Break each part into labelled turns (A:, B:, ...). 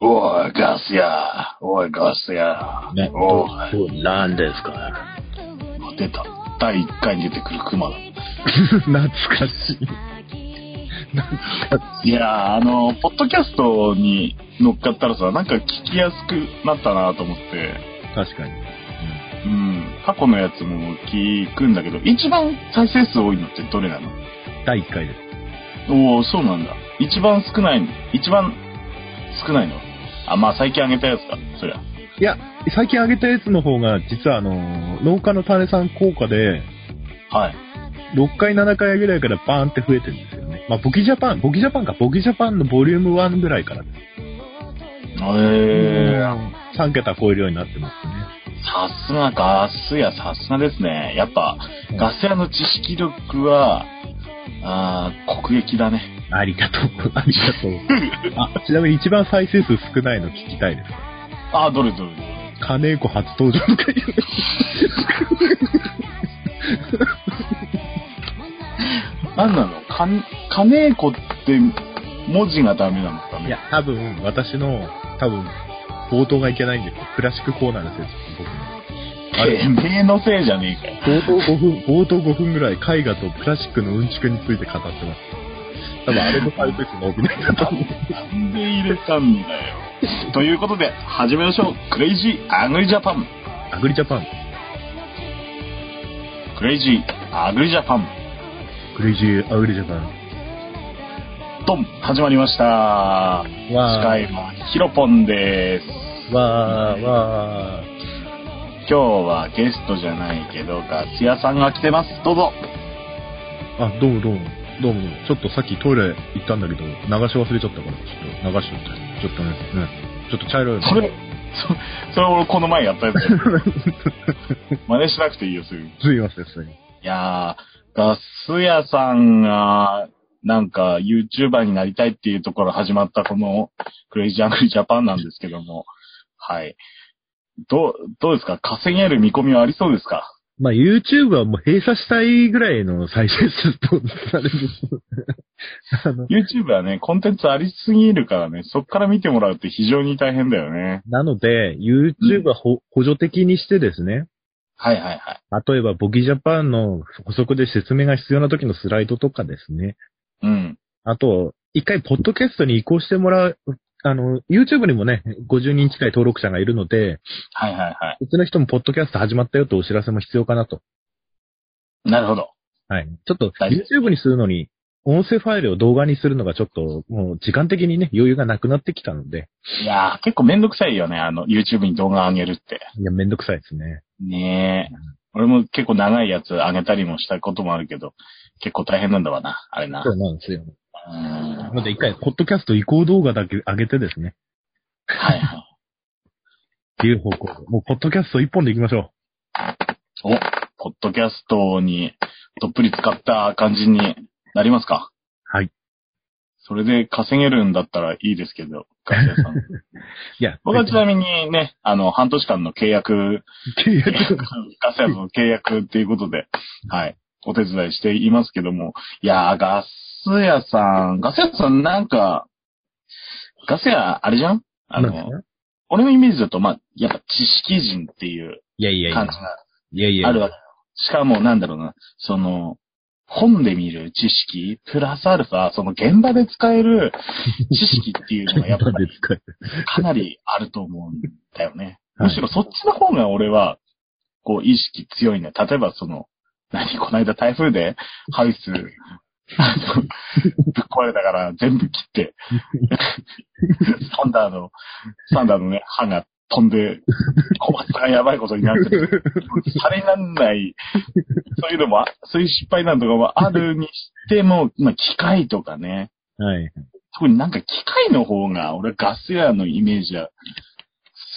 A: おい、ガスや。おい、ガスや。
B: ね、
A: お
B: ど
A: い、
B: どうなんですか
A: 出た。第1回に出てくるクマだ。
B: 懐かしい。懐か
A: いやー、あの、ポッドキャストに乗っかったらさ、なんか聞きやすくなったなと思って、
B: しい。確かに。
A: うん、過去のやつも聞くんだけど、一番再生数多いのってどれなの
B: うん、第1回です。
A: おおそうなんだ。一番少ないの一番少ないのあ、まあ最近あげたやつか、そりゃ。
B: いや、最近あげたやつの方が、実はあのー、農家の種さん効果で、
A: はい。
B: 6回、7回ぐらいからバーンって増えてるんですよね。まあ、ボキジャパン、ボキジャパンか、ボキジャパンのボリューム1ぐらいからです。
A: へー。
B: 3桁超えるようになってますね。
A: さすがガス屋、さすがですね。やっぱ、ガス屋の知識力は、あー、国益だね。
B: あり がとう。ありがとう。あ、ちなみに一番再生数少ないの聞きたいです。
A: あー、どれどれどれ。
B: 金子初登場とかいう。
A: なんなのかん、金子って文字がダメなのかね
B: いや、多分、私の、多分、冒頭がいけないんですよ。クラシックコーナーのせいです、僕の。あれ
A: てめえのせいじゃねえかよ。
B: 冒頭5分、冒頭5分ぐらい絵画とプラスチックのうんちくについて語ってます。多分、あれの再生数が多くないかと思う。
A: なんで入れたんだよ。ということで、始めましょう。クレイジーアグリジャパン。
B: アグリジャパン。
A: クレイジーアグリジャパン。
B: クレイジーアグリジャパン。
A: ドン始まりました。司
B: わ
A: 会はヒロポンです。
B: ー、わー、わ
A: 今日はゲストじゃないけど、ガス屋さんが来てます。どうぞ。
B: ー。あ、どうもどうも。どうもどうも。ちょっとさっきトイレ行ったんだけど、流し忘れちゃったから、ちょっと流しといて。ちょっとね、ね。ちょっと茶色いの。
A: それ、そそ れ俺この前やったやつだ よ。真似しなくていいよ、すぐ。い
B: すいません、すいません。
A: やー、ガス屋さんが、なんか YouTuber になりたいっていうところ始まったこのクレイジーアングリージャパンなんですけども、はい。どう、どうですか稼げる見込みはありそうですか
B: まあ、YouTube はもう閉鎖したいぐらいの再生数とされる。あの、
A: YouTube はね、コンテンツありすぎるからね、そっから見てもらうって非常に大変だよね。
B: なので、YouTube はほ、補助的にしてですね、
A: はいはいはい。
B: 例えば、ボギジャパンの補足で説明が必要な時のスライドとかですね、
A: うん。
B: あと、一回、ポッドキャストに移行してもらう、あの、YouTube にもね、50人近い登録者がいるので、
A: はいはいは
B: うちの人もポッドキャスト始まったよとお知らせも必要かなと。
A: い。なるほど。
B: はい。ちょっと、
A: 大事
B: YouTube にするのに、音声ファイルを動画にするのがちょっと、もう時間的にね、余裕がなくなってきたので、
A: いやー、結構めんどくさいよね、あの、YouTube に動画上げるって。
B: いや、めんどくさいですね。
A: ねえ。俺も結構長いやつ上げたりもしたこともあるけど、結構大変なんだわな、あれな。
B: そうなんですよ。
A: うん。は
B: なので、一回、ポッドキャスト移行動画だけ上げてですね、
A: いはい。
B: っていう方向で。もう、ポッドキャスト一本で行きましょ
A: お、ポッドキャストにどっぷり使った感じになりますか
B: はい。
A: それで稼げるんだったらいいですけど、ガス屋 さん。
B: う。いや、
A: 僕はちなみにね、あの、半年間の契約、
B: 契約
A: ガス屋の契約っていうことで、はい、お手伝いしていますけども、いやー、ガス屋さん、ガス屋さんなんか、ガス屋、あれじゃんあ
B: なんです
A: の、
B: ね
A: 俺のイメージだと、まあ、やっぱ知識人っていう
B: いやいやいや
A: 感じ。が
B: いやいや。
A: あるわけ。しかも、なんだろうな、その、本で見る知識、プラスアルファ、その現場で使える知識っていうのがやっぱり
B: ですか。
A: かなりあると思うんだよね。
B: はい
A: むしろそっちの方が俺は、こう、意識強いね。例えばその、何この間台風でハウス、 あの、ぶっ壊れたから全部切って、サンダーの、サンダーのね、歯が飛んで、小松がやばいことになってる。されなんない、そういうのもあ、そういう失敗なんとかもあるにしても、まあ、機械とかね、
B: はい。
A: 特になんか機械の方が、俺ガス屋のイメージは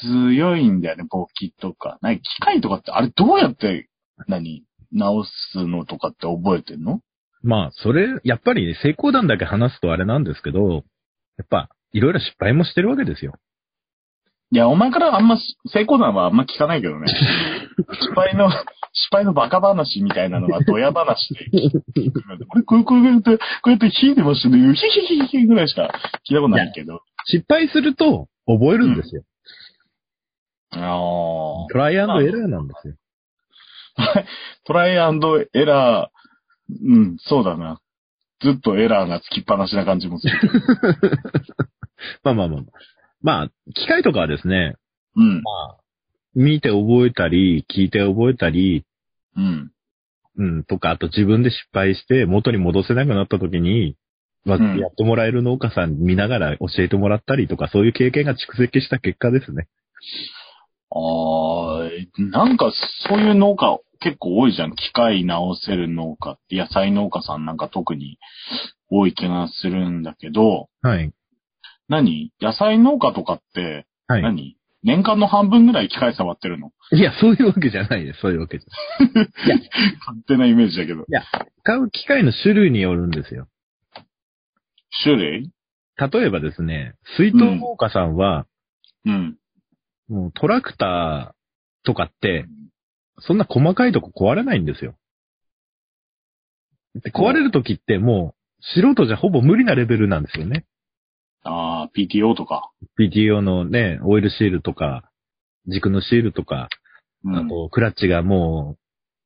A: 強いんだよね、簿記とか。なんか機械とかって、あれどうやって、何直すのとかって覚えてんの
B: まあ、それ、やっぱりね、成功談だけ話すとあれなんですけど、やっぱ、いろいろ失敗もしてるわけですよ。
A: いや、お前からあんまし成功談はあんま聞かないけどね。失敗の、失敗のバカ話みたいなのはドヤ話で聞くので。俺、こうこうやって、こうやって聞いてましたね。ヒヒヒヒヒぐらいしか聞いたことないけど。
B: 失敗すると、覚えるんですよ。
A: あ
B: トライアンドエラーなんですよ。
A: あ。トライアンドエラー、うん、そうだな。ずっとエラーがつきっぱなしな感じもす る。
B: まあまあまあまあ。まあ、機械とかはですね、
A: うん、
B: まあ、見て覚えたり、聞いて覚えたり、
A: うん、
B: うん、とか、あと自分で失敗して元に戻せなくなった時に、まあ
A: うん
B: やってもらえる農家さん見ながら教えてもらったりとか、そういう経験が蓄積した結果ですね。
A: ああ、なんかそういう農家結構多いじゃん。機械直せる農家って、野菜農家さんなんか特に多い気がするんだけど、
B: はい。
A: 何野菜農家とかって
B: は
A: 何、
B: い。
A: 年間の半分ぐらい機械触ってるの
B: いや、そういうわけじゃないです。そういうわけじゃない。
A: 勝手なイメージだけど。
B: 使う機械の種類によるんですよ。
A: 種類
B: 例えばですね、水筒農家さんは、
A: うん。
B: もうトラクターとかって、そんな細かいとこ壊れないんですよ。で壊れるときってもう、素人じゃほぼ無理なレベルなんですよね。
A: ああ、PTO とか。
B: PTO のね、オイルシールとか、軸のシールとか、
A: うん、
B: あと、クラッチがもう、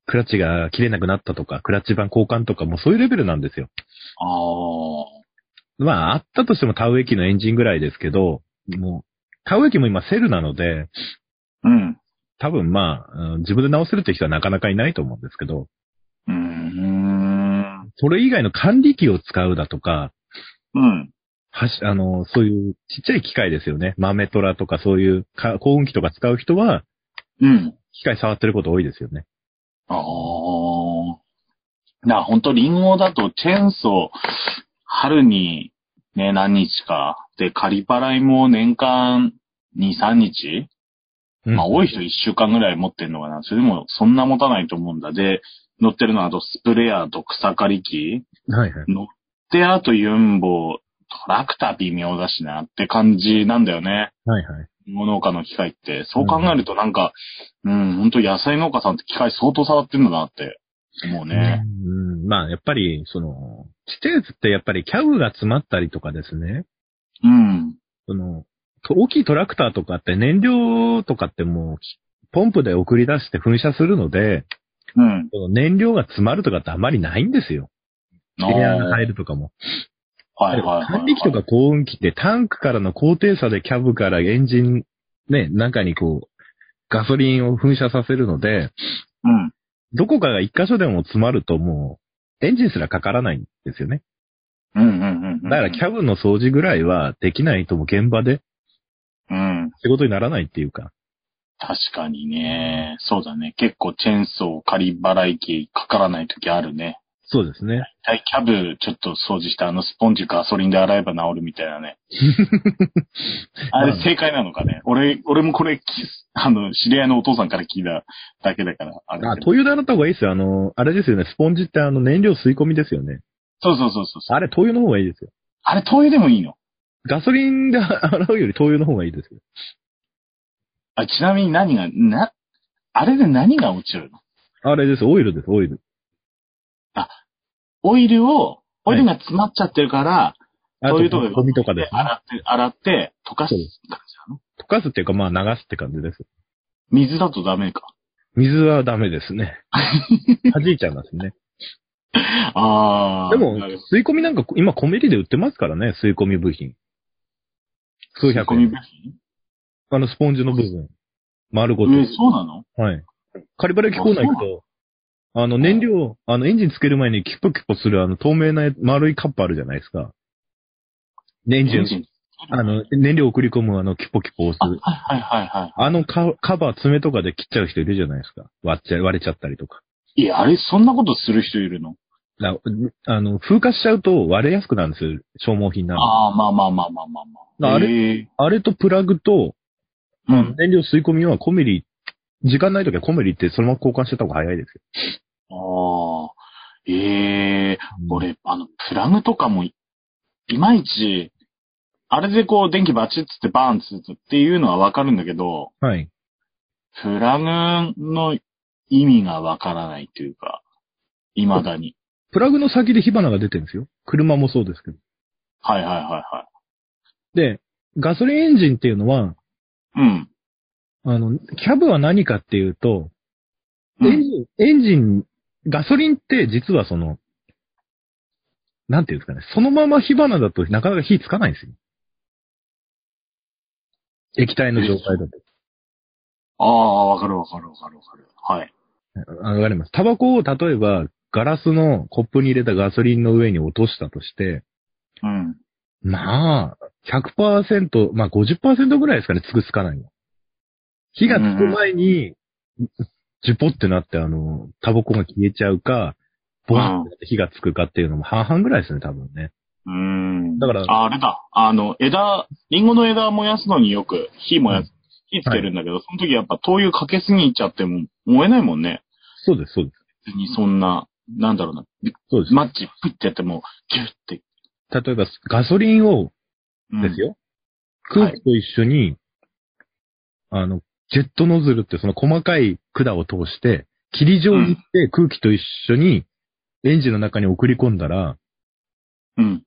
B: クラッチが切れなくなったとか、クラッチ板交換とか、もうそういうレベルなんですよ。
A: ああ、
B: まあ、あったとしてもタウエキのエンジンぐらいですけど、もう、タウエキも今セルなので、
A: うん。
B: 多分まあ、うん自分で直せるって人はなかなかいないと思うんですけど、
A: うーん。
B: それ以外の管理機を使うだとか、
A: うん。
B: はし、あの、そういうちっちゃい機械ですよね。豆トラとかそういうか幸運機とか使う人は、
A: うん。
B: 機械触ってること多いですよね。
A: ああ。な、ほんとリンゴだとチェーンソー、春にね、何日か。で、カリパライも年間2、3日
B: うん
A: まあ、多い人1週間ぐらい持ってんのかな。それでも、そんな持たないと思うんだ。で、乗ってるのは、あと、スプレーヤーと草刈り機。
B: はいはい。
A: 乗って、あと、ユンボ、トラクター微妙だしなって感じなんだよね。
B: はいはい。
A: 農家の機械って。そう考えると、なんか、うん、ほんと野菜農家さんって機械相当触ってんだなって思うね。
B: うん、まあ、やっぱり、その、ちっちゃいやつってやっぱりキャブが詰まったりとかですね。
A: うん。
B: その、と大きいトラクターとかって燃料とかってもう、ポンプで送り出して噴射するので、
A: うん。
B: その燃料が詰まるとかってあまりないんですよ。
A: あー
B: エアが入るとかも。
A: はいはいはい。
B: 管理機とか高運機ってタンクからの高低差でキャブからエンジン、ね、中にこう、ガソリンを噴射させるので、
A: うん。
B: どこかが一箇所でも詰まるともう、エンジンすらかからないんですよね。
A: うんうんうんうん。
B: だからキャブの掃除ぐらいはできないとも現場で
A: うん。
B: 仕事にならないっていうか。
A: 確かにね。そうだね。結構チェーンソー、仮払い機かからない時あるね。
B: そうですね。
A: はい、キャブちょっと掃除したあのスポンジガソリンで洗えば治るみたいな ね。あれ正解なのかね。俺、俺もこれ、きあの、知り合いのお父さんから聞いただけだから、あれだ
B: あ、
A: けど
B: 灯油で洗った方がいいですよ。あの、あれですよね。スポンジってあの燃料吸い込みですよね。
A: そうそうそうそうそう。
B: あれ灯油の方がいいですよ。
A: あれ、灯油でもいいの
B: ガソリンで洗うより灯油の方がいいですよ。
A: あ、ちなみに何が、な、あれで何が落ちるの
B: あれです。オイルです、オイル。
A: オイルを、オイルが詰まっちゃってるから、
B: あ
A: 灯
B: と
A: 油とか
B: ゴミとかで
A: です
B: ね。
A: 洗って、洗って、溶かす
B: そ
A: 感
B: う
A: じ
B: で
A: なの
B: 溶かすっていうかまあ流すって感じです。
A: 水だとダメか。
B: 水はダメです ね。弾いちゃいますね。
A: ああ。
B: でも
A: なるほど、
B: 吸い込みなんか今コメリで売ってますからね。吸い込み部品。数
A: 吸い
B: 百
A: 込み
B: 円
A: 部。
B: あのスポンジの部分。丸ごと
A: 品。えー、そうなの
B: はい。カリバレ機コーナー行くと、あの、燃料、あの、エンジンつける前にキュッポキュッポする、あの、透明な丸いカップあるじゃないですか。でエンジン、
A: ン。
B: あの、燃料送り込む、あの、キュッポキュッポ
A: あ
B: 押
A: はい
B: す。
A: はいはいは
B: あのカカバー、爪とかで切っちゃう人いるじゃないですか。割っちゃ、割れちゃったりとか。
A: い。いや、あれ、そんなことする人いるの
B: なあの、風化しちゃうと割れやすくなるんですよ。消耗品なの。
A: ああ、まあまあまあまあまあまあ。
B: あれ
A: れ
B: あれとプラグと、
A: うん。
B: 燃料吸い込みはコメリ、時間ない時はコメリってそのまま交換してた方が早いですよ。
A: ああ。ええ俺、あの、プラグとかもい、いまいち、あれでこう、電気バチッつってバーンつってっていうのはわかるんだけど、
B: はい。
A: プラグの意味がわからないというか、未だに。
B: プラグの先で火花が出てるんですよ。車もそうですけど。
A: はいはいはいはい。
B: で、ガソリンエンジンっていうのは、
A: うん。
B: あの、キャブは何かっていうと、
A: う
B: エ
A: ん
B: ンジン、エンジン、ガソリンって実はその、なんていうんですかね、そのまま火花だとなかなか火つかないんですよ。液体の状態だと。
A: ああ、わかるわかるわかるわかる。はい。
B: あわかります。タバコを例えば、ガラスのコップに入れたガソリンの上に落としたとして、
A: うん。
B: まあ、100%、まあ50%ぐらいですかね、つくつかないの。火がつく前に、ジュポってなって、あの、タバコが消えちゃうか、ボワンってなって火がつくかっていうのも半々ぐらいですね、多分ね。
A: うーん。
B: だから
A: ああれだ。あの、枝、リンゴの枝燃やすのによく火燃やす、火つけるんだけど、その時やっぱ灯油かけすぎちゃっても燃えないもんね。
B: そうです、そうです。
A: 別にそんな、なんだろうな。
B: そうです。
A: マッチプッてやっても、ギュッて。
B: 例えば、ガソリンを
A: うん
B: です。よ。
A: はい
B: 空気と一緒に、あの、ジェットノズルってその細かい管を通して、霧状にして空気と一緒にエンジンの中に送り込んだら、
A: うん。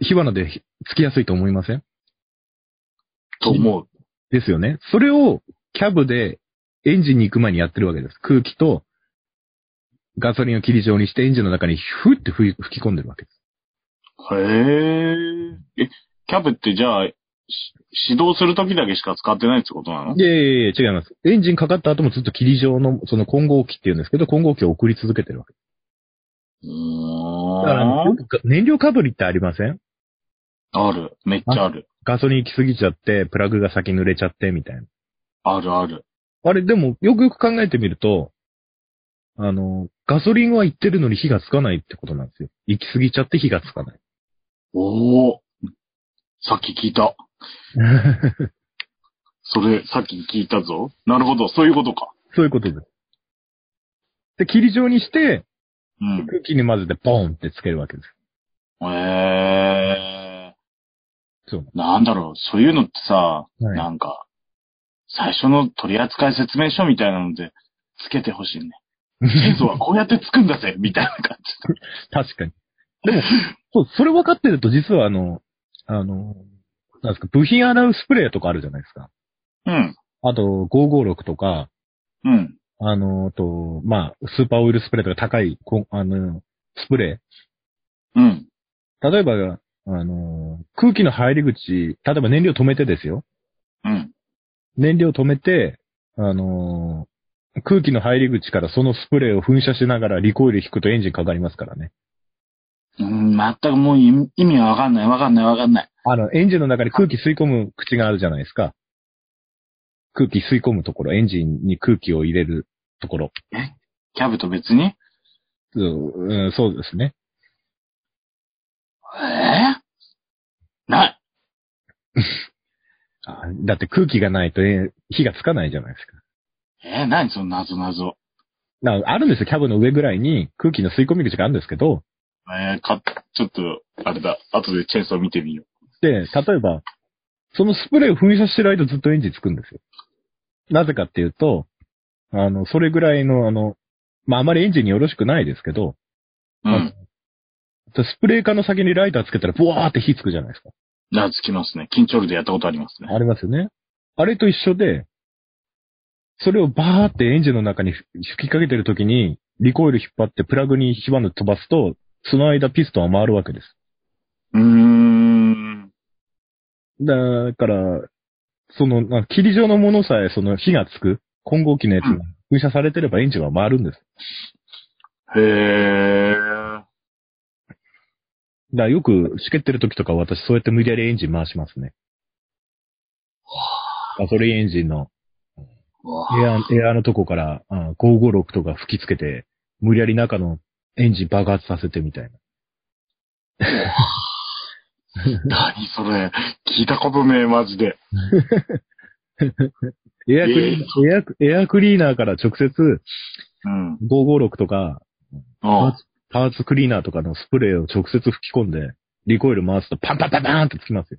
B: 火花でひつきやすいと思いません
A: と思う。
B: ですよね。それをキャブでエンジンに行く前にやってるわけです。空気とガソリンを霧状にしてエンジンの中にふって吹吹き込んでるわけです。
A: へえ。え、キャブってじゃあ、し指導する時だけしか使ってないってことなの
B: いやいやいや、違います。エンジンかかった後もずっと霧状のその混合機っていうんですけど、混合機を送り続けてるわけです
A: う
B: だか
A: ー
B: らあのよ
A: ん。
B: くが燃料かぶりってありません
A: ある。めっちゃある。
B: ガソリン行き過ぎちゃって、プラグが先濡れちゃって、みたいな。
A: あるある。
B: あれ、でも、よくよく考えてみると、あの、ガソリンは行ってるのに火がつかないってことなんですよ。行き過ぎちゃって火がつかない。
A: おお。さっき聞いた。それ、さっき聞いたぞ。なるほど、そういうことか。
B: そういうことです。で、霧状にして、
A: うん。
B: 空気に混ぜてポーンってつけるわけです。
A: え
B: そう。
A: ー、なんだろう、そういうのってさ、
B: はい
A: なんか、最初の取扱説明書みたいなので、つけてほしいね。ケイソはこうやってつくんだ ぜ、みたいな感じ。
B: 確かに。でも、そう、それ分かってると、実はあの、あの、なんですか、部品洗うスプレーとかあるじゃないですか。
A: うん、
B: あと、556とか、
A: うん、
B: あの、あと、まあ、スーパーオイルスプレーとか高い、こあの、スプレ
A: うん、
B: ー。例えば、あの、空気の入り口、例えば燃料止めてですよ。
A: うん、
B: 燃料止めて、あの、空気の入り口からそのスプレーを噴射しながらリコイル引くとエンジンかかりますからね。
A: うん。全くもう意意味わかんない、わかんない、わかんない。
B: あの、エンジンの中に空気吸い込む口があるじゃないですか。空気吸い込むところ、エンジンに空気を入れるところ。
A: キャブと別に
B: うんうんそうですね。
A: えー、ない。
B: あだって空気がないと、え火がつかないじゃないですか。
A: えー、何その謎謎。
B: なあるんですよ、キャブの上ぐらいに空気の吸い込み口があるんですけど、
A: えー、か、ちょっと、あれだ、後でチェンソー見てみよ
B: で、例えば、そのスプレーを噴射してる間ずっとエンジンつくんですよ。なぜかっていうと、あの、それぐらいの、あの、まあ、あまりエンジンによろしくないですけど、
A: う。うん。
B: スプレー缶の先にライターつけたら、ブワーって火つくじゃないですか。
A: じゃあつきますね。緊張力でやったことありますね。
B: ありますよね。あれと一緒で、それをバーってエンジンの中にふ吹きかけてる時に、リコイル引っ張ってプラグに火花飛ばすと、その間ピストンは回るわけです。
A: うーん。
B: だから、その、な霧状のものさえ、その火がつく、混合機のやつが噴射されてればエンジンは回るんです。
A: へー。
B: だからよく、しけってる時とか私そうやって無理やりエンジン回しますね。ガソリンエンジンの
A: うわ
B: エアー、エアーのとこから、あ556とか吹きつけて、無理やり中のエンジン爆発させてみたいな。
A: 何それ。聞いたことねえ、マジで。
B: エアクリーナー、エアク、エアクリーナーから直接
A: うん。
B: 556とか、
A: ああ
B: パーツクリーナーとかのスプレーを直接吹き込んで、リコイル回すとパンパンパンパンってつきますよ。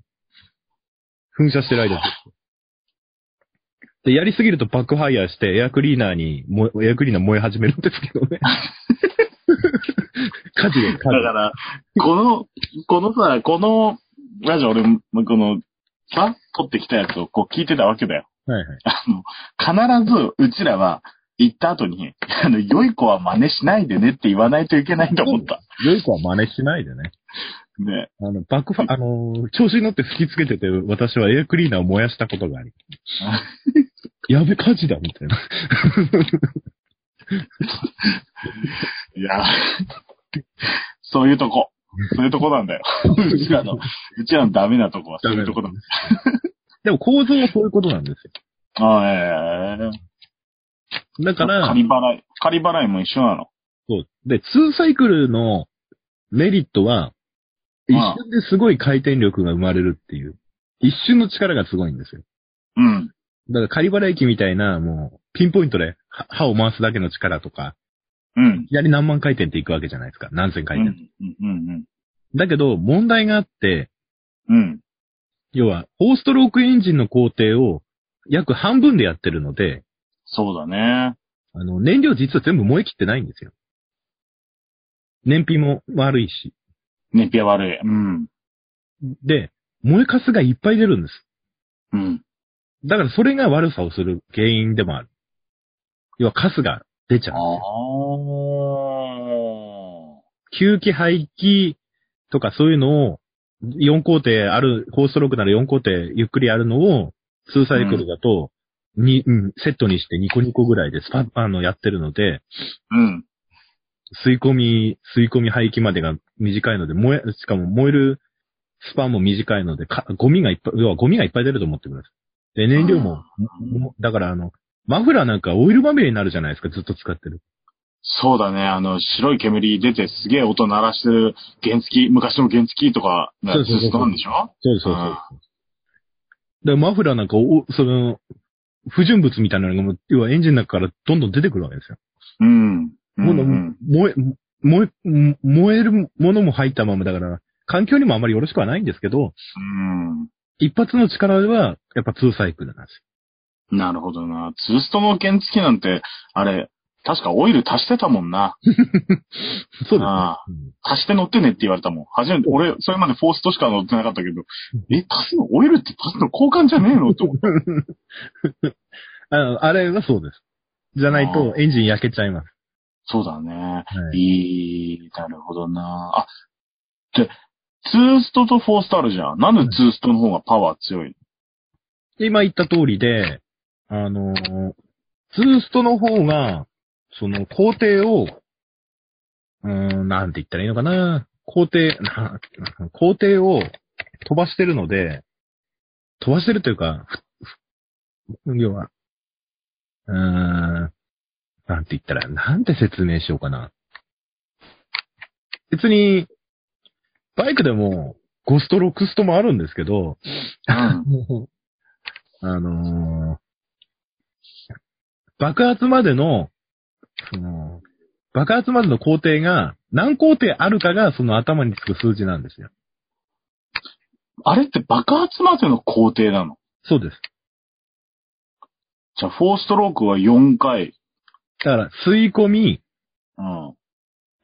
B: 噴射してる間ずっとで、やりすぎるとバックファイヤーしてエアクリーナーに燃え、エアクリーナー燃え始めるんですけど ね。火事が、火
A: だか
B: 事。
A: ら、この、このさ、このラジオ俺も、この、さ、撮ってきたやつをこう聞いてたわけだよ。
B: はいはい。
A: あの、必ず、うちらは、行った後に、あの、良い子は真似しないでねって言わないといけないと思った。
B: 良い子は真似しないでね。
A: ね。
B: あの、バックファ、あの、調子に乗って吹きつけてて、私はエアクリーナーを燃やしたことがあり。やべ、火事だ、みたいな。
A: いや、そういうとこ。そういうとこなん だよ。うちらの、うちらのダメなとこはそういうとこだ。
B: でも構造はそういうことなんです
A: あええ
B: よ。だから、
A: 仮払い、仮払いも一緒なの。
B: そう。で、2サイクルのメリットは、一
A: ああ
B: 瞬ですごい回転力が生まれるっていう。一瞬の力がすごいんですよ。
A: うん。
B: だから、仮払い機みたいな、もう、ピンポイントでは歯を回すだけの力とか、
A: うん。
B: いきなり何万回転っていくわけじゃないですか。何千
A: う
B: 回
A: ん。う
B: 転。
A: ん。うん。
B: だけど、問題があって、
A: うん。
B: 要は、4ストロークエンジンの工程を約半分でやってるので、
A: そうだね。
B: あの、燃料実は全部燃え切ってないんですよ。燃費も悪いし。
A: 燃費は悪い。うん。
B: で、燃えかすがいっぱい出るんです。
A: うん。
B: だからそれが悪さをする原因でもある。要はカスが出ちゃ
A: あ
B: う。
A: あ。
B: 吸気排気とかそういうのを、4工程ある、高ストロークなら4工程ゆっくりあるのを、2サイクルだと、に、うん、セットにして2個2個ぐらいでスパッ、あの、やってるので、
A: うん。
B: 吸い込み、吸い込み排気までが短いので、燃え、しかも燃えるスパンも短いので、かゴミがいっぱい、要はゴミがいっぱい出ると思ってください。で、燃料も、もだからあの、マフラーなんかオイルまみれになるじゃないですか、ずっと使ってる。
A: そうだね。あの、白い煙出てすげえ音鳴らしてる原付き、昔の原付きとか、ず
B: そうそうそう
A: っとなんでしょ
B: そうです、そうです。
A: あ
B: だからマフラーなんかお、その、不純物みたいなのがもう、要はエンジンの中からどんどん出てくるわけですよ。
A: うん。うん
B: もう燃え、燃え、燃え燃えるものも入ったままだから、環境にもあまりよろしくはないんですけど、
A: うん。
B: 一発の力では、やっぱ2サイクルなんですよ。
A: なるほどな。ツーストの原付きなんて、あれ、確かオイル足してたもんな。
B: そうですね
A: ああ足して乗ってねって言われたもん。初めて、俺、それまでフォーストしか乗ってなかったけど、え、足すのオイルって足すの交換じゃねえのって思った。
B: うんあ の。あれはそうです。じゃない
A: あ
B: とエンジン焼けちゃいます。
A: そうだね。
B: はい
A: いい、なるほどな。あ、で、ツーストとフォーストあるじゃん。なんでツーストの方がパワー強い
B: 今言った通りで、あのー、ツーストの方が、その工程を、うーん、なんて言ったらいいのかな。工程、な工程を飛ばしてるので、飛ばしてるというか、ふふ要は、うーん、なんて言ったら、なんて説明しようかな。別に、バイクでも5スト、6ストもあるんですけど、
A: うん。
B: もう あのー爆発までの、その、爆発までの工程が、何工程あるかが、その頭につく数字なんですよ。
A: あれって爆発までの工程なの
B: そうです。
A: じゃあ、フォーストロークは4回。
B: だから、吸い込み、
A: うん。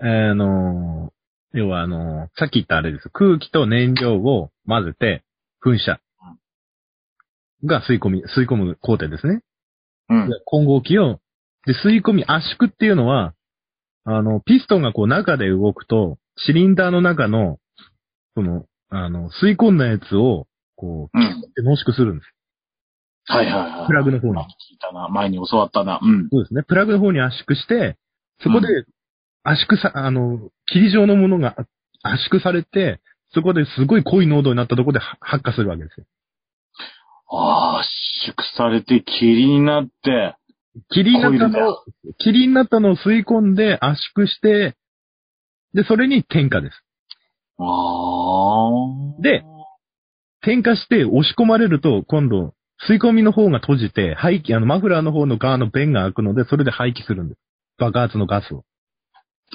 B: えーあのー要はあのーさっき言ったあれです。空気と燃料を混ぜて、噴射。が吸い込み、吸い込む工程ですね。
A: うん。
B: 混合機を、で、吸い込み圧縮っていうのは、あの、ピストンがこう中で動くと、シリンダーの中の、その、あの、吸い込んだやつを、こ
A: うん。
B: う、濃縮するんです。
A: はいはいはい。
B: プラグの方に
A: あ聞いたな。前に教わったな。うん。
B: そうですね。プラグの方に圧縮して、そこで圧縮さ、あの、霧状のものが圧縮されて、そこですごい濃い濃度になったところでは発火するわけですよ。
A: ああ、圧縮されて霧になって、
B: 霧になった
A: 濃いの
B: の、霧になったのを吸い込んで圧縮して、で、それに点火です。
A: ああ。
B: で、点火して押し込まれると、今度、吸い込みの方が閉じて、排気、あの、マフラーの方の側の弁が開くので、それで排気するんです。爆発のガスを。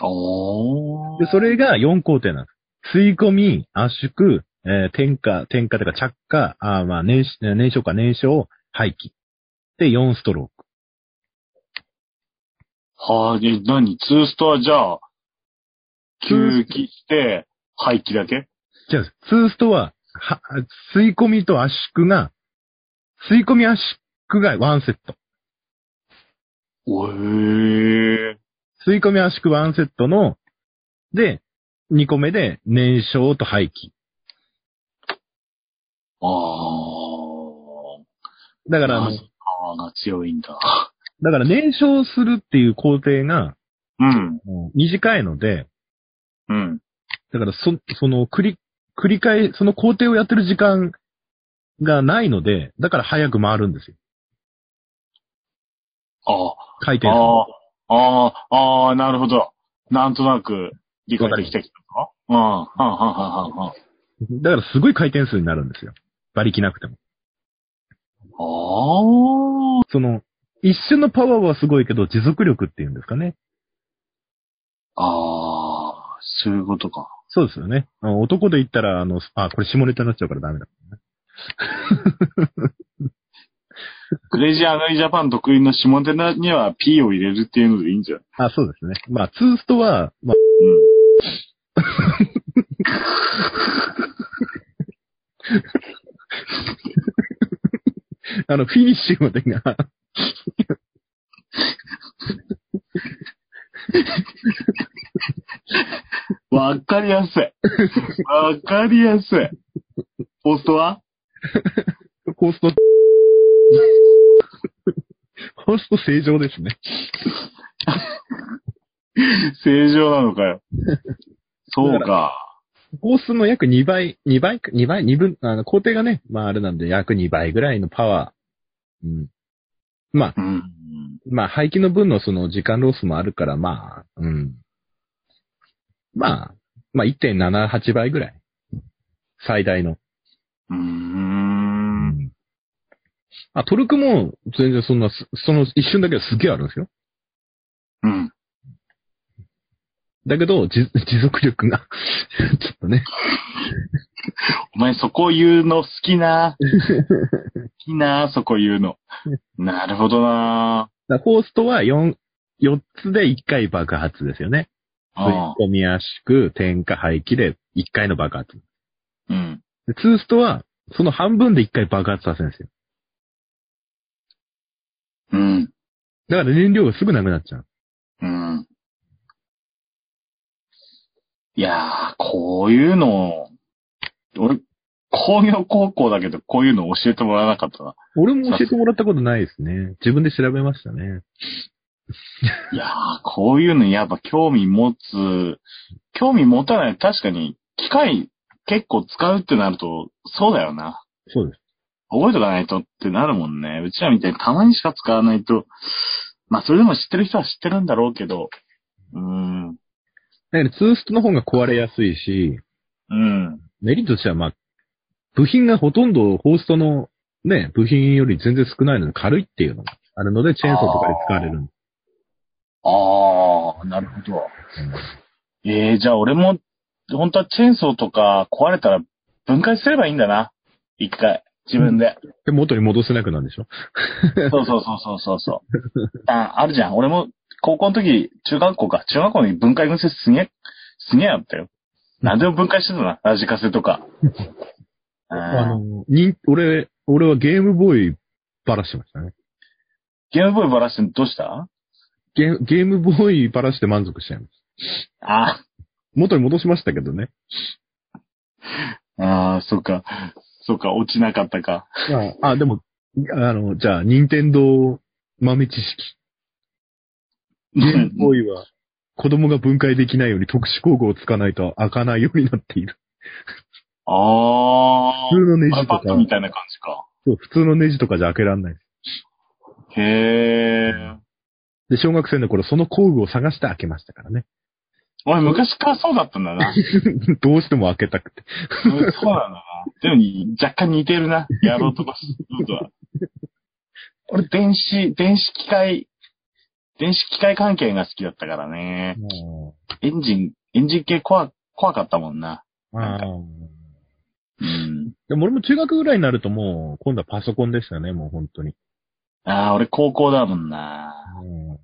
A: おー
B: で、それが4工程なんです。吸い込み、圧縮、えー、点火、点火というか着火、あーまあ、燃焼、えー燃焼か、燃焼、排気。で、4ストローク。
A: はあ、で、何ツーストはじゃあ、
B: ツー
A: 吸気して、排気だけ
B: じゃあ、2ストは、は、吸い込みと圧縮が、吸い込み圧縮がワンセット。
A: おえ
B: 吸い込み圧縮ワンセットの、で、2個目で燃焼と廃棄。
A: ー。あ
B: だか
A: あ。
B: ら、あ
A: な
B: の
A: ぜパワーが強いんだ。
B: だから燃焼するっていう工程が
A: うん。
B: もう短いので、
A: うん。
B: だからそ、その繰り、繰り返、その工程をやってる時間がないので、だから早く回るんですよ。
A: あ
B: 回転数
A: あ。ああ。ああ、なるほど。なんとなく理解できてきたかうん。はんはんはんはんはん。
B: だからすごい回転数になるんですよ。馬力なくても。
A: あ
B: その、一瞬のパワーはすごいけど、持続力っていうんですかね。
A: あ。ああ、そういうことか。
B: そうですよね。あの男で言ったら、あの、あ、これ下ネタになっちゃうからダメだ。
A: クレイジーアガリジャパン得意の下手なには P を入れるっていうのでいいんじゃない
B: あ、そうですね。まあ、ツーストは、まあ、あの、フィニッシュまでが
A: うん。わかりやすい。わかりやすい。ポストは
B: ホー スト、ホースト正常ですね。
A: 正常なのかよ。そうか。
B: ホースの約2倍、2倍、2倍、2分、あの、工程がね、まああれなんで約2倍ぐらいのパワー。うん。まあ、
A: うん。
B: まあ、廃棄の分のその時間ロスもあるから、まあ、うん。まあ、まあ、1.78倍ぐらい。最大の。
A: うー。
B: うんん。あ、トルクも全然そんな、すその一瞬だけどすげえあるんですよ。
A: うん。
B: だけど、じ持続力が、 ちょっとね。
A: お前そこ言うの好きな。好きな、そこ言うの。なるほどな。
B: だからホーストは4、4つで1回爆発ですよね。吸い
A: あ
B: 込み圧縮、点火廃棄で1回の爆発。
A: あうん。
B: で、ツーストは、その半分で1回爆発させるんですよ。
A: うん。
B: だから燃料がすぐなくなっちゃう。
A: うん。いやー、こういうの、俺、工業高校だけど、こういうの教えてもらわなかったな。
B: 俺も教えてもらったことないですね。自分で調べましたね。
A: いやー、こういうのやっぱ興味持つ、興味持たない。確かに、機械結構使うってなると、そうだよな。
B: そうです。
A: 覚えとかないとってなるもんね。うちらみたいにたまにしか使わないと、まあそれでも知ってる人は知ってるんだろうけど、うーん、
B: だからツーストの方が壊れやすいし、
A: うん、
B: メリットとしてはまあ、部品がほとんどホーストのね、部品より全然少ないので軽いっていうのがあるので、チェーンソーとかで使われる。
A: あー、なるほど。えー、じゃあ俺も、本当はチェーンソーとか壊れたら分解すればいいんだな。一回。自分で。
B: で、元に戻せなくなるんでしょ
A: そうそうそうそうそうそう。ああるじゃん。俺も高校の時、中学校か。中学校に分解癖すげえ、すげえあったよ。何でも分解してたな。ラジカセと か。
B: あ
A: うん
B: の、に、俺、俺はゲームボーイばらしてましたね。
A: ゲームボーイバラしてどうした
B: ゲーゲームボーイばらして満足しちゃいます。
A: あ
B: 元に戻しましたけどね。
A: あー、そうか。そうか、落ちなかったか。
B: あ、でも、あの、じゃあ、任天堂豆知識。ゲームボーイは子供が分解できないように特殊工具をつかないと開かないようになっている。
A: あ
B: 普通のネ
A: あ、
B: ジとか
A: iPad、みたいな感じか。
B: そう普通のネジとかじゃ開けられない。
A: へえ。
B: で、小学生の頃その工具を探して開けましたからね。
A: 俺昔からそうだったんだな。
B: どうしても開けたくて。
A: そうなんだな。でも若干似てるな。やろうとかするとは。俺電子、電子機械、電子機械関係が好きだったからね。エンジン、エンジン系怖、怖かったもんな。
B: ああ。
A: うん。
B: でも俺も中学ぐらいになるともう、今度はパソコンでしたね、もう本当に。
A: ああ、俺高校だもんな。
B: も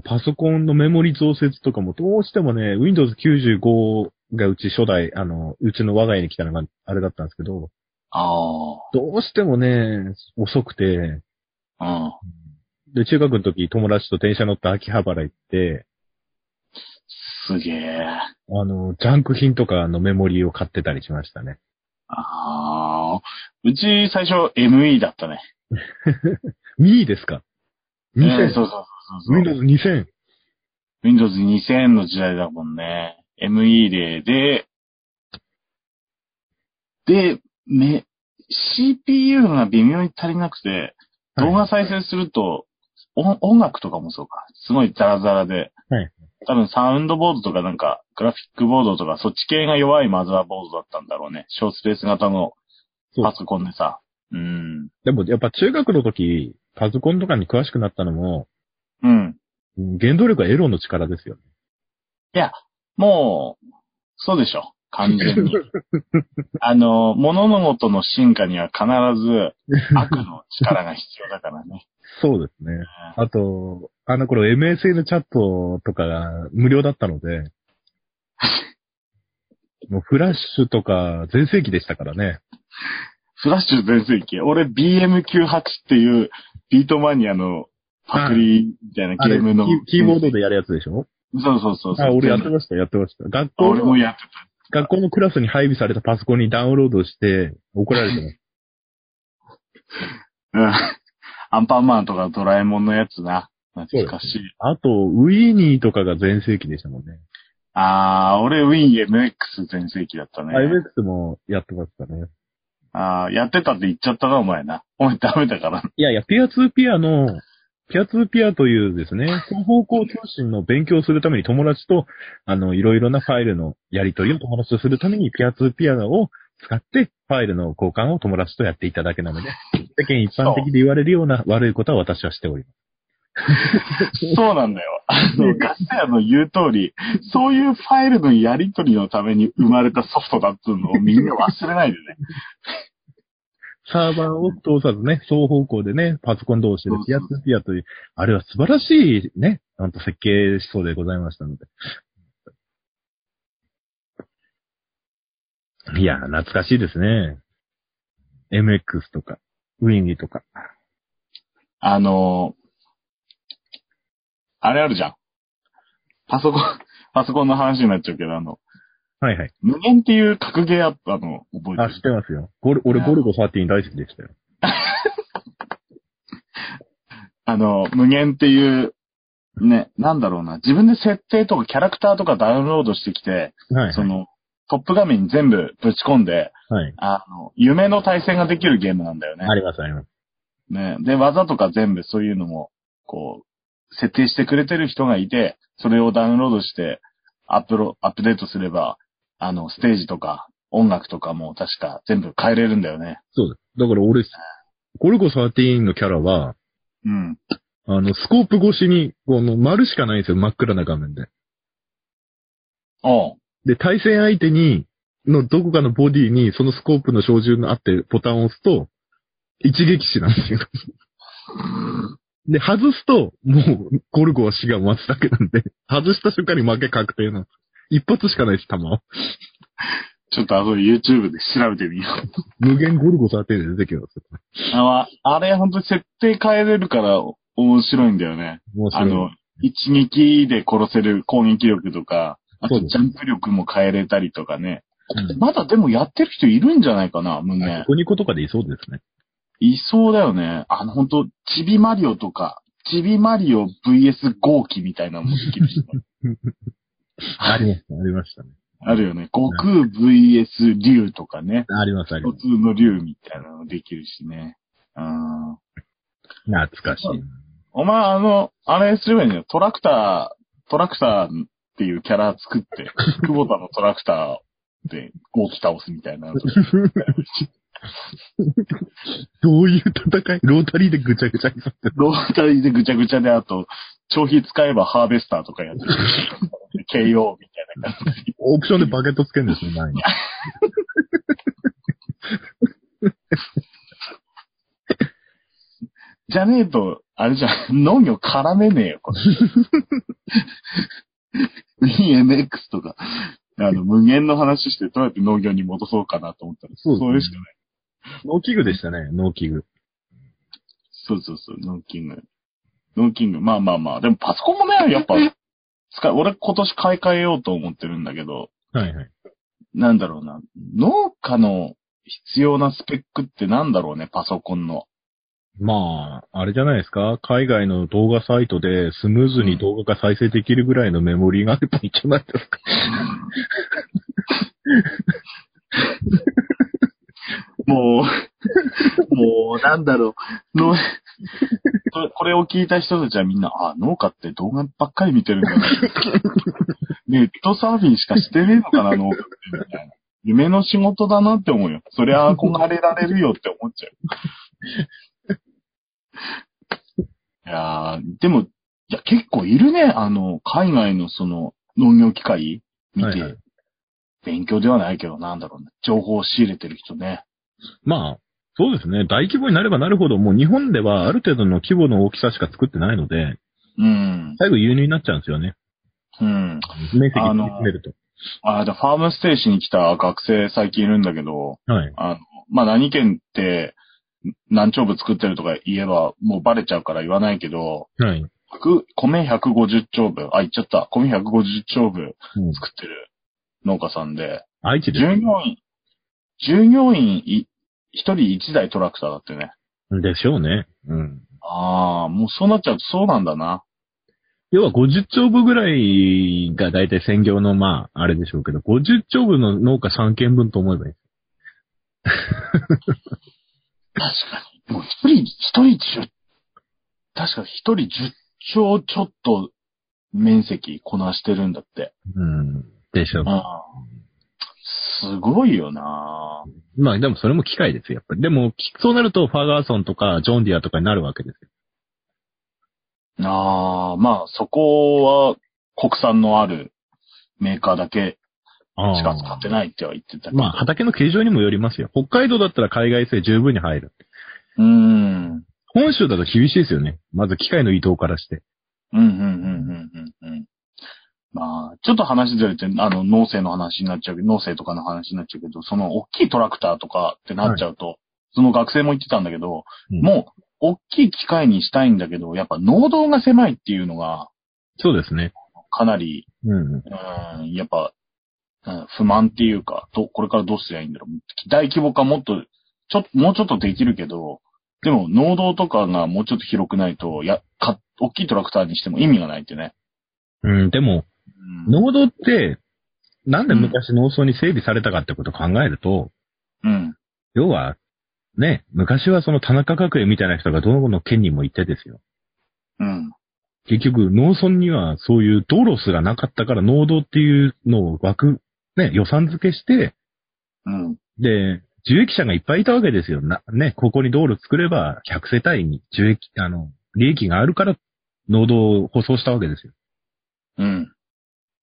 B: うパソコンのメモリ増設とかもどうしてもね、Windows95 がうち初代、あの、うちの我が家に来たのがあれだったんですけど、
A: あ
B: どうしてもね、遅くて、
A: あ、うん。
B: で、中学の時友達と電車乗って秋葉原行って、
A: すげえ。
B: あの、ジャンク品とかのメモリーを買ってたりしましたね。
A: ああ、うち最初 ME だったね。
B: ミーですか ?2000、
A: ええそうそうそうそう。
B: Windows 2000。
A: Windows 2000の時代だもんね。ME で、で、で、め、CPU が微妙に足りなくて、動
B: はい
A: 画再生すると、音音楽とかもそうか。すごいザラザラで。
B: はい
A: 多分サウンドボードとかなんか、グラフィックボードとか、そっち系が弱いマザーボードだったんだろうね。小スペース型の
B: そう
A: パソコンでさ。うん。
B: でもやっぱ中学の時、パソコンとかに詳しくなったのも、
A: うん。
B: うん原動力はエロの力ですよね。
A: もう、そうでしょ。完 全に。あの、物事の進化には必 ず悪の力が必要だからね。
B: そうですね。あと、あの頃 MSN チャットとかが無料だった ので、もうフラッシュとか全盛期でしたからね。
A: フラッシュ全盛期。俺 BM98 っていうビートマニアのパクリみたいな
B: あ
A: ゲ
B: れ
A: ームの。
B: キーキーボードでやるやつでしょ
A: そうそうそうそう。
B: あ、俺やってました、やってました。学校
A: 俺も
B: の、
A: やってた。
B: 学校のクラスに配備されたパソコンにダウンロードして怒られてます。
A: うん。アンパンマンとかドラえもんのやつな。懐かしい。
B: あと、ウィニーとかが全盛期でしたもんね。
A: あー、俺 WinMX 全盛期だったね。
B: IMX もやってましたね。
A: あー、やってたって言っちゃったな、お前な。お前ダメだから。
B: いやいや、ピアツーピアの、ピアツーピアというですね、双方向通信の勉強をするために友達と、あの、いろいろなファイルのやり取りを友達とするために、ピアツーピアを使って、ファイルの交換を友達とやっていただけなので、世間一般的で言われるような悪いことは私はしております。
A: そうなんだよ。あの、ガス屋の言う通り、そういうファイルのやり取りのために生まれたソフトだっていうのをみんな忘れないでね。
B: サーバーを通さずね、双方向でね、パソコン同士でピアツーピアという、あれは素晴らしいね、なんと設計思想でございましたので。いや、懐かしいですね。MX とか、ウィンギとか。
A: あの、あれあるじゃん。パソコン、 パソコンの話になっちゃうけど、あの、
B: はいはい。
A: 無限っていう格ゲーあったの覚
B: あ、
A: え
B: 知ってて
A: る。
B: ますよ。ゴル俺、ゴルゴ13大好きでしたよ。
A: あの、無限っていう、ね、なんだろうな。自分で設定とかキャラクターとかダウンロードしてきて、
B: はい、
A: そ
B: はい。
A: の、トップ画面に全部ぶち込んで、
B: はい。
A: あの、夢の対戦ができるゲームなんだよね。
B: あります、あります。
A: ね。で、技とか全部そういうのも、こう、設定してくれてる人がいて、それをダウンロードして、アップロ、アップデートすれば、あの、ステージとか、音楽とかも確か全部変えれるんだよね。
B: そうです。だから俺、ゴルゴ13のキャラは、
A: うん。
B: あの、スコープ越しに、この丸しかないんですよ、真っ暗な画面で。
A: おう
B: で、対戦相手に、のどこかのボディに、そのスコープの照準があってボタンを押すと、一撃死なんですよ。 で、外すと、もう、ゴルゴは死が待つだけなんで、外した瞬間に負け確定な。一発しかないです、弾は。
A: ちょっとあと YouTube で調べてみよう。
B: 無限ゴルゴ13で出てきますよ。
A: ああれ本当に設定変えれるから面白いんだよね。
B: 面白
A: あ
B: い
A: の、一撃で殺せる攻撃力とか、あ
B: そ
A: と
B: うで
A: ジ
B: す
A: ャンプ力も変えれたりとかね。
B: うん
A: まだでもやってる人いるんじゃないかな、胸。
B: ニコニコとかでいそうですね。
A: いそうだよね。あの、ほんと、チビマリオとか、チビマリオ VS 号機みたいなのもできるし、ね、
B: ありました、ありましたね。
A: あるよね。悟空 VS 竜とかね。
B: あります、ありま
A: 普
B: す。
A: 通の竜みたいなのもできるしね。うん。
B: 懐かしい。
A: お前、あの、あれすればいいんだよ。トラクター、トラクターっていうキャラ作って、久保田のトラクターで号機倒すみたいな。
B: どういう戦いロータリーでぐちゃぐちゃにさってる。
A: ロータリーでぐちゃぐちゃで、あと、消費使えばハーベスターとかやってる。KO みたいな感じ。
B: オプションでバケットつけるんですよ、前に。
A: じゃねえと、あれじゃん、 農業絡めねえよ、これ。WinMX とか、あの、無限の話してどうやって農業に戻そうかなと思ったら、
B: そうですね
A: れしかない。
B: 農機具でしたね、農機具。
A: そうそうそう、ノーキング。ノーキング、まあまあまあ。でもパソコンもね、やっぱ、使い、俺今年買い替えようと思ってるんだけど、
B: はいはい。
A: なんだろうな。農家の必要なスペックってなんだろうね、パソコンの。
B: まあ、あれじゃないですか海外の動画サイトでスムーズに動画が再生できるぐらいのメモリーがあればいいんじゃないですか。
A: もう、もう、なんだろう。 の、ここれを聞いた人たちはみんな、あ、農家って動画ばっかり見てるんだな。ネットサーフィンしかしてねえの かな、農家って、みたいな。夢の仕事だなって思うよ。そりゃ憧れられるよって思っち ゃう。いやー、でも、いや、結構いるね。あの、海外のその、農業機械見て、
B: はいはい
A: 勉強ではないけど、なんだろうね。情報を仕入れてる人ね。
B: まあ、そうですね。大規模になればなるほど、もう日本ではある程度の規模の大きさしか作ってないので、
A: うん。
B: 最後輸入になっちゃうんですよね。
A: うん。
B: 面積に詰めると。
A: あ、で、ファームステーシに来た学生最近いるんだけど、
B: はい。
A: あの、まあ、何県って、何丁部作ってるとか言えば、もうバレちゃうから言わないけど、
B: はい。
A: 100米150丁部、あ、言っちゃった。米150丁部
B: うん
A: 作ってる農家さんで、
B: 愛知です
A: 従業員、従業員い、一人一台トラクターだってね。。
B: でしょうね。うん。
A: ああ、もうそうなっちゃうとそうなんだな。
B: 要は50丁部ぐらいが大体専業の、まあ、あれでしょうけど、50丁部の農家3軒分と思えばいい。
A: 確かに。もう一人、一人十、確か一人十兆ちょっと面積こなしてるんだって。
B: うん。でしょう。
A: ああすごいよな
B: まあ、でもそれも機械ですよ、やっぱり。でも、きそうなると、ファーガーソンとか、ジョンディアとかになるわけですよ。
A: ああ、まあそこは国産のあるメーカーだけ
B: あ
A: しか使ってないっては言ってたけど。
B: まあ、畑の形状にもよりますよ。北海道だったら海外製十分に入る。
A: うーん。
B: 本州だと厳しいですよね。まず機械の移動からして。
A: うん、うん、うん、うん、うん。うんまあ、ちょっと話ずれて、あの、農政の話になっちゃうけど、農政とかの話になっちゃうけど、その、大きいトラクターとかってなっちゃうと、その学生も言ってたんだけど、
B: うん
A: もう、大きい機械にしたいんだけど、やっぱ農道が狭いっていうのが、
B: そうですね。
A: かなり、
B: うん。
A: うん、やっぱ、うん不満っていうか、ど、これからどうすりゃいいんだろう。大規模化もっと、ちょっと、もうちょっとできるけど、でも、農道とかがもうちょっと広くないと、や、か、大きいトラクターにしても意味がないってね。
B: うん、でも、
A: うん
B: 農道って、なんで昔農村に整備されたかってことを考えると、
A: うん。
B: 要は、ね、昔はその田中角栄みたいな人がどの県にも行ってですよ。
A: うん。
B: 結局、農村にはそういう道路すらなかったから、農道っていうのを枠、ね、予算付けして、
A: うん。
B: で、受益者がいっぱいいたわけですよ。な、ね、ここに道路作れば、100世帯に受益、あの、利益があるから、農道を舗装したわけですよ。
A: うん。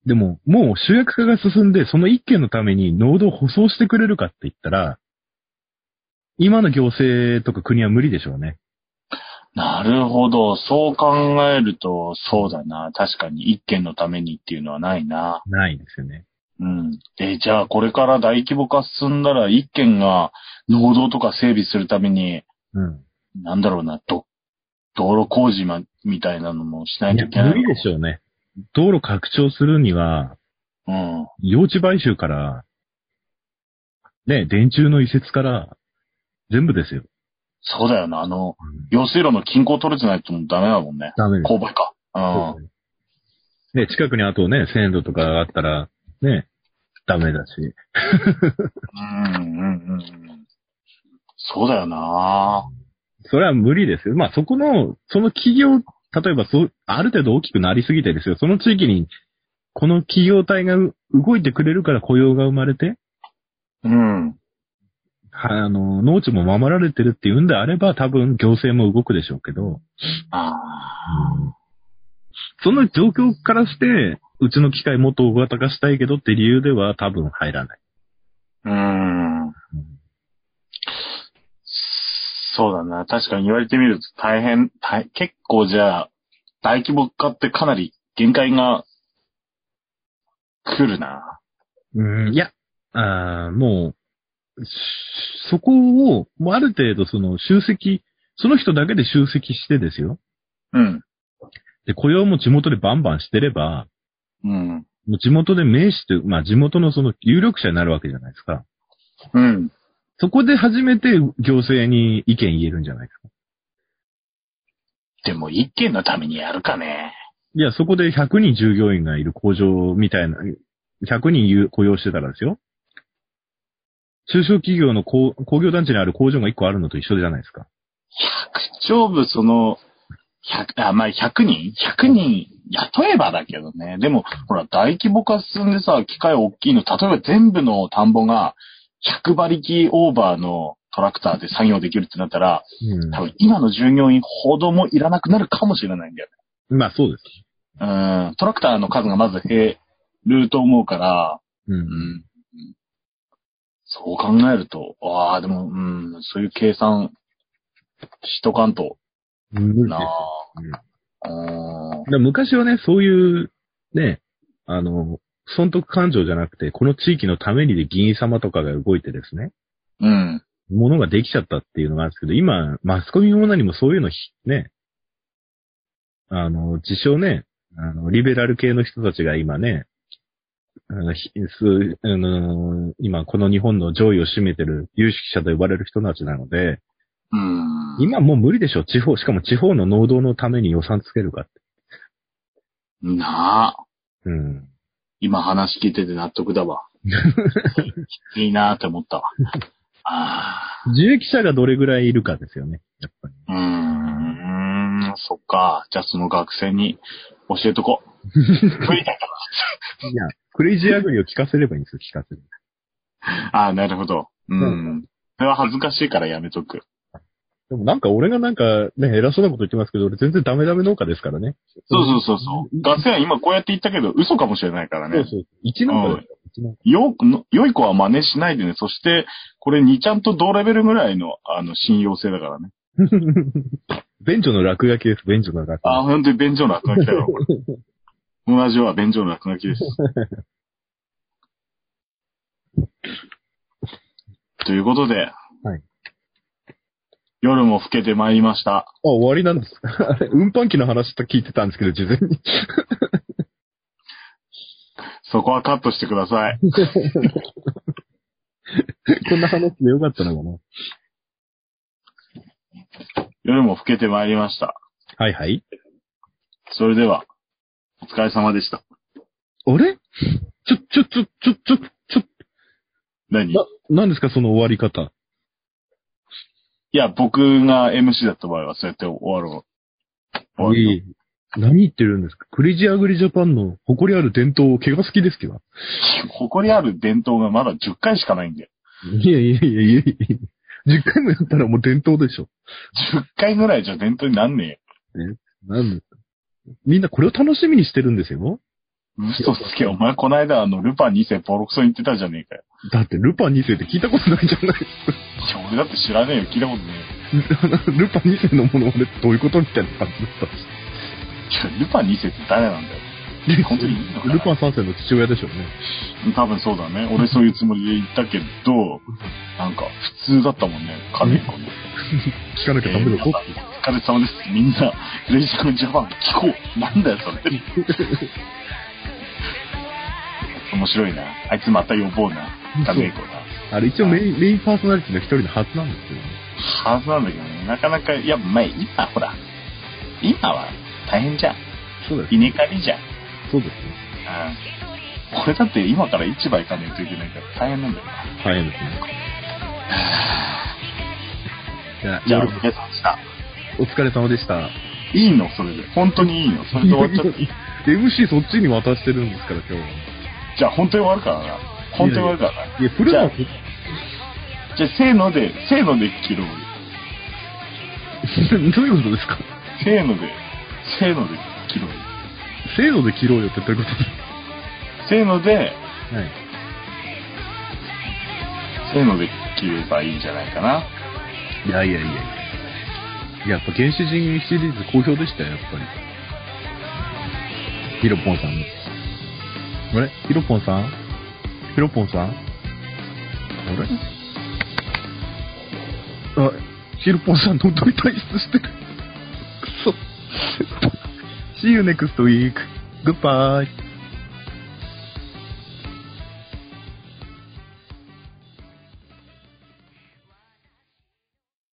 B: でも、もう集約化が進んで、その一件のために農道を舗装してくれるかって言ったら、今の行政とか国は無理でしょうね。
A: なるほど。そう考えると、そうだな。確かに、一件のためにっていうのはないな。
B: ないですよね。
A: うん。え、じゃあ、これから大規模化進んだら、一件が農道とか整備するために、
B: うん。
A: なんだろうな、ど、道路工事ま、みたいなのもしない
B: い
A: と
B: や
A: いけない。
B: 無理でしょうね。道路拡張するには、
A: うん。
B: 用地買収から、ね、電柱の移設から、全部ですよ。
A: そうだよな。あの、用水路の均衡取れてないともうダメだもんね。
B: ダメです。
A: 勾配か。うん。
B: ね、近くにあとね、鮮度とかがあったら、ね、ダメだし。
A: うん、うん、うん。そうだよな。
B: それは無理ですよ。まあ、そこの、その企業、例えばそう、ある程度大きくなりすぎてですよ。その地域に、この企業体がう動いてくれるから雇用が生まれて、
A: うん。
B: はあの、農地も守られてるっていうんであれば、多分行政も動くでしょうけど、
A: あ
B: その状況からして、うちの機械もっと大型化したいけどって理由では多分入らない。
A: あ。うん。そうだな。確かに言われてみると大変、大結構じゃあ、大規模化ってかなり限界が来るな。
B: うん、いや、あーもう、しそこを、もうある程度その集積、その人だけで集積してですよ。
A: うん。
B: で、雇用も地元でバンバンしてれば、
A: うん。
B: もう地元で名士という、まあ地元のその有力者になるわけじゃないですか。
A: うん。
B: そこで初めて行政に意見言えるんじゃないですか。
A: でも、一件のためにやるかね。
B: いや、そこで100人従業員がいる工場みたいな、100人ゆ雇用してたらですよ。中小企業の工工業団地にある工場が1個あるのと一緒じゃないですか。
A: 百丁部、その、百、あ、まあ、100人 ?100 人雇えばだけどね。でも、ほら、大規模化進んでさ、機械大きいの、例えば全部の田んぼが100馬力オーバーのトラクターで作業できるってなったら、多分今の従業員ほどもいらなくなるかもしれないんだよね。
B: うん。まあそうです。
A: うん、トラクターの数がまず減ると思うから、
B: う。
A: うんん。そう考えると、ああ、でも、うん、そういう計算しとかんと
B: 無理です
A: な
B: うん
A: あ。うん
B: だから昔はね、そういう、ね、あの、損得感情じゃなくて、この地域のためにで議員様とかが動いてですね、
A: うん。
B: ものができちゃったっていうのがあるんですけど、今、マスコミも何もそういうのひ、ね、あの、自称ね、あの、リベラル系の人たちが今ね、あの、ひすあの今、この日本の上位を占めてる有識者と呼ばれる人たちなので、
A: うん。
B: 今もう無理でしょ、地方、しかも地方の農道のために予算つけるかって。
A: なあ。
B: うん。
A: 今話聞いてて納得だ わ。いいなーって思ったわ。あ
B: 受益者がどれぐらいいるかですよね、やっぱり。
A: あ。うーん。そっか。じゃあその学生に教えと こう。無理だか
B: いや、クレイジーアグリを聞かせればいいんですよ、聞かせる。
A: ら。ああ、なるほど。う
B: うん
A: ん。それは恥ずかしいからやめとく。
B: でもなんか俺がなんかね、偉そうなこと言ってますけど、俺全然ダメダメ農家ですからね。
A: そうそうそうそう。ガス屋今こうやって言ったけど、嘘かもしれないから
B: そう
A: ね。
B: そう。一農家ですよ、一農
A: よ、の良い子は真似しないでね。そして、これ2ちゃんと同レベルぐらいの、あの、信用性だからね。
B: 家。 便所の落書きです、便所の落
A: あ、
B: 書
A: 本当に便所の落書きだよ、 これ。同じは便所の落書きです。ということで、
B: はい
A: 夜も更けてまいりました。
B: き。あ、終わりなんです か。あれ、運搬機の話と聞いてたんですけど、事前に。
A: そこはカットしてくださ い。
B: こんな話でよかったのかな。
A: 夜も更けてまいりました。
B: はいはい。
A: それでは、お疲れ様でした。
B: あれちょ、ちょ、ちょ、ちょ、ちょ、ちょ、
A: 何
B: な、なんですか、その終わり方。
A: いや、僕が MC だった場合は、そうやって終わろう。終わる
B: いえいえ何言ってるんですかクレイジーアグリジャパンの誇りある伝統を怪我好きですけど。
A: 誇りある伝統がまだ10回しかないんだよ。
B: いやいやいやいやいや10回もやったらもう伝統でしょ。
A: 10回ぐらいじゃ伝統になんねえよ。
B: なんでみんなこれを楽しみにしてるんですよ。
A: 嘘つけ、お前この間あの、ルパン2世ボロクソ言ってたじゃねえかよ。
B: だってルパン2世って聞いたことないじゃない
A: いや俺だって知らねえよ、聞いたことねえよ。
B: ルパン2世のものまねってどういうことみたいな感じだったし。
A: いやルパン2世って誰なんだよ。本当にいいのかな
B: ルパン3世の父親でしょうね。
A: 多分そうだね。俺そういうつもりで言ったけど、なんか普通だったもんね、神子の。
B: 聞かなきゃダメだ
A: お
B: ぞ。
A: 疲れ様です。みんな、レイジャージャパン聞こう。なんだよ、それ。面白いな。あいつまた呼ぼうな。神子な。
B: あれ一応メインメインパーソナリティの一人のはずなんですけどね。
A: はずなんだけどね、なかなか、いや、まあ、今、ほら、今は大変じゃん。
B: そうです。
A: 稲刈りじゃん。
B: そうですね。
A: うん。これだって今から市場行かないといけないから大変なんだよ。
B: 大変ですね。じゃあ、
A: じゃあ、お
B: 夜
A: 疲れ様でした。
B: お疲れ様でした。
A: いいのそれで。本当にいいのそれで終わっち ゃっていい。
B: MC そっちに渡してるんですから、今日は。
A: じゃあ、本当に終わるからな。本当に終わるからな。
B: いや、古
A: じゃ
B: の
A: あ、じゃあ、せーので、せーので切ろう。
B: どういうことですか
A: せーので、せーので切ろう。
B: 制度で切ろうよってどういうことです
A: せーので、
B: かはい。
A: せーので切ればいいんじゃないかな。
B: いやいやいやいや。やっぱ原始人シリーズ好評でしたよ、やっぱり。ヒロポンさんの。あれヒロポンさんヒロポンさんあれあ、ヒロポンさん、喉に退出してる。くそ。See you next week. Goodbye.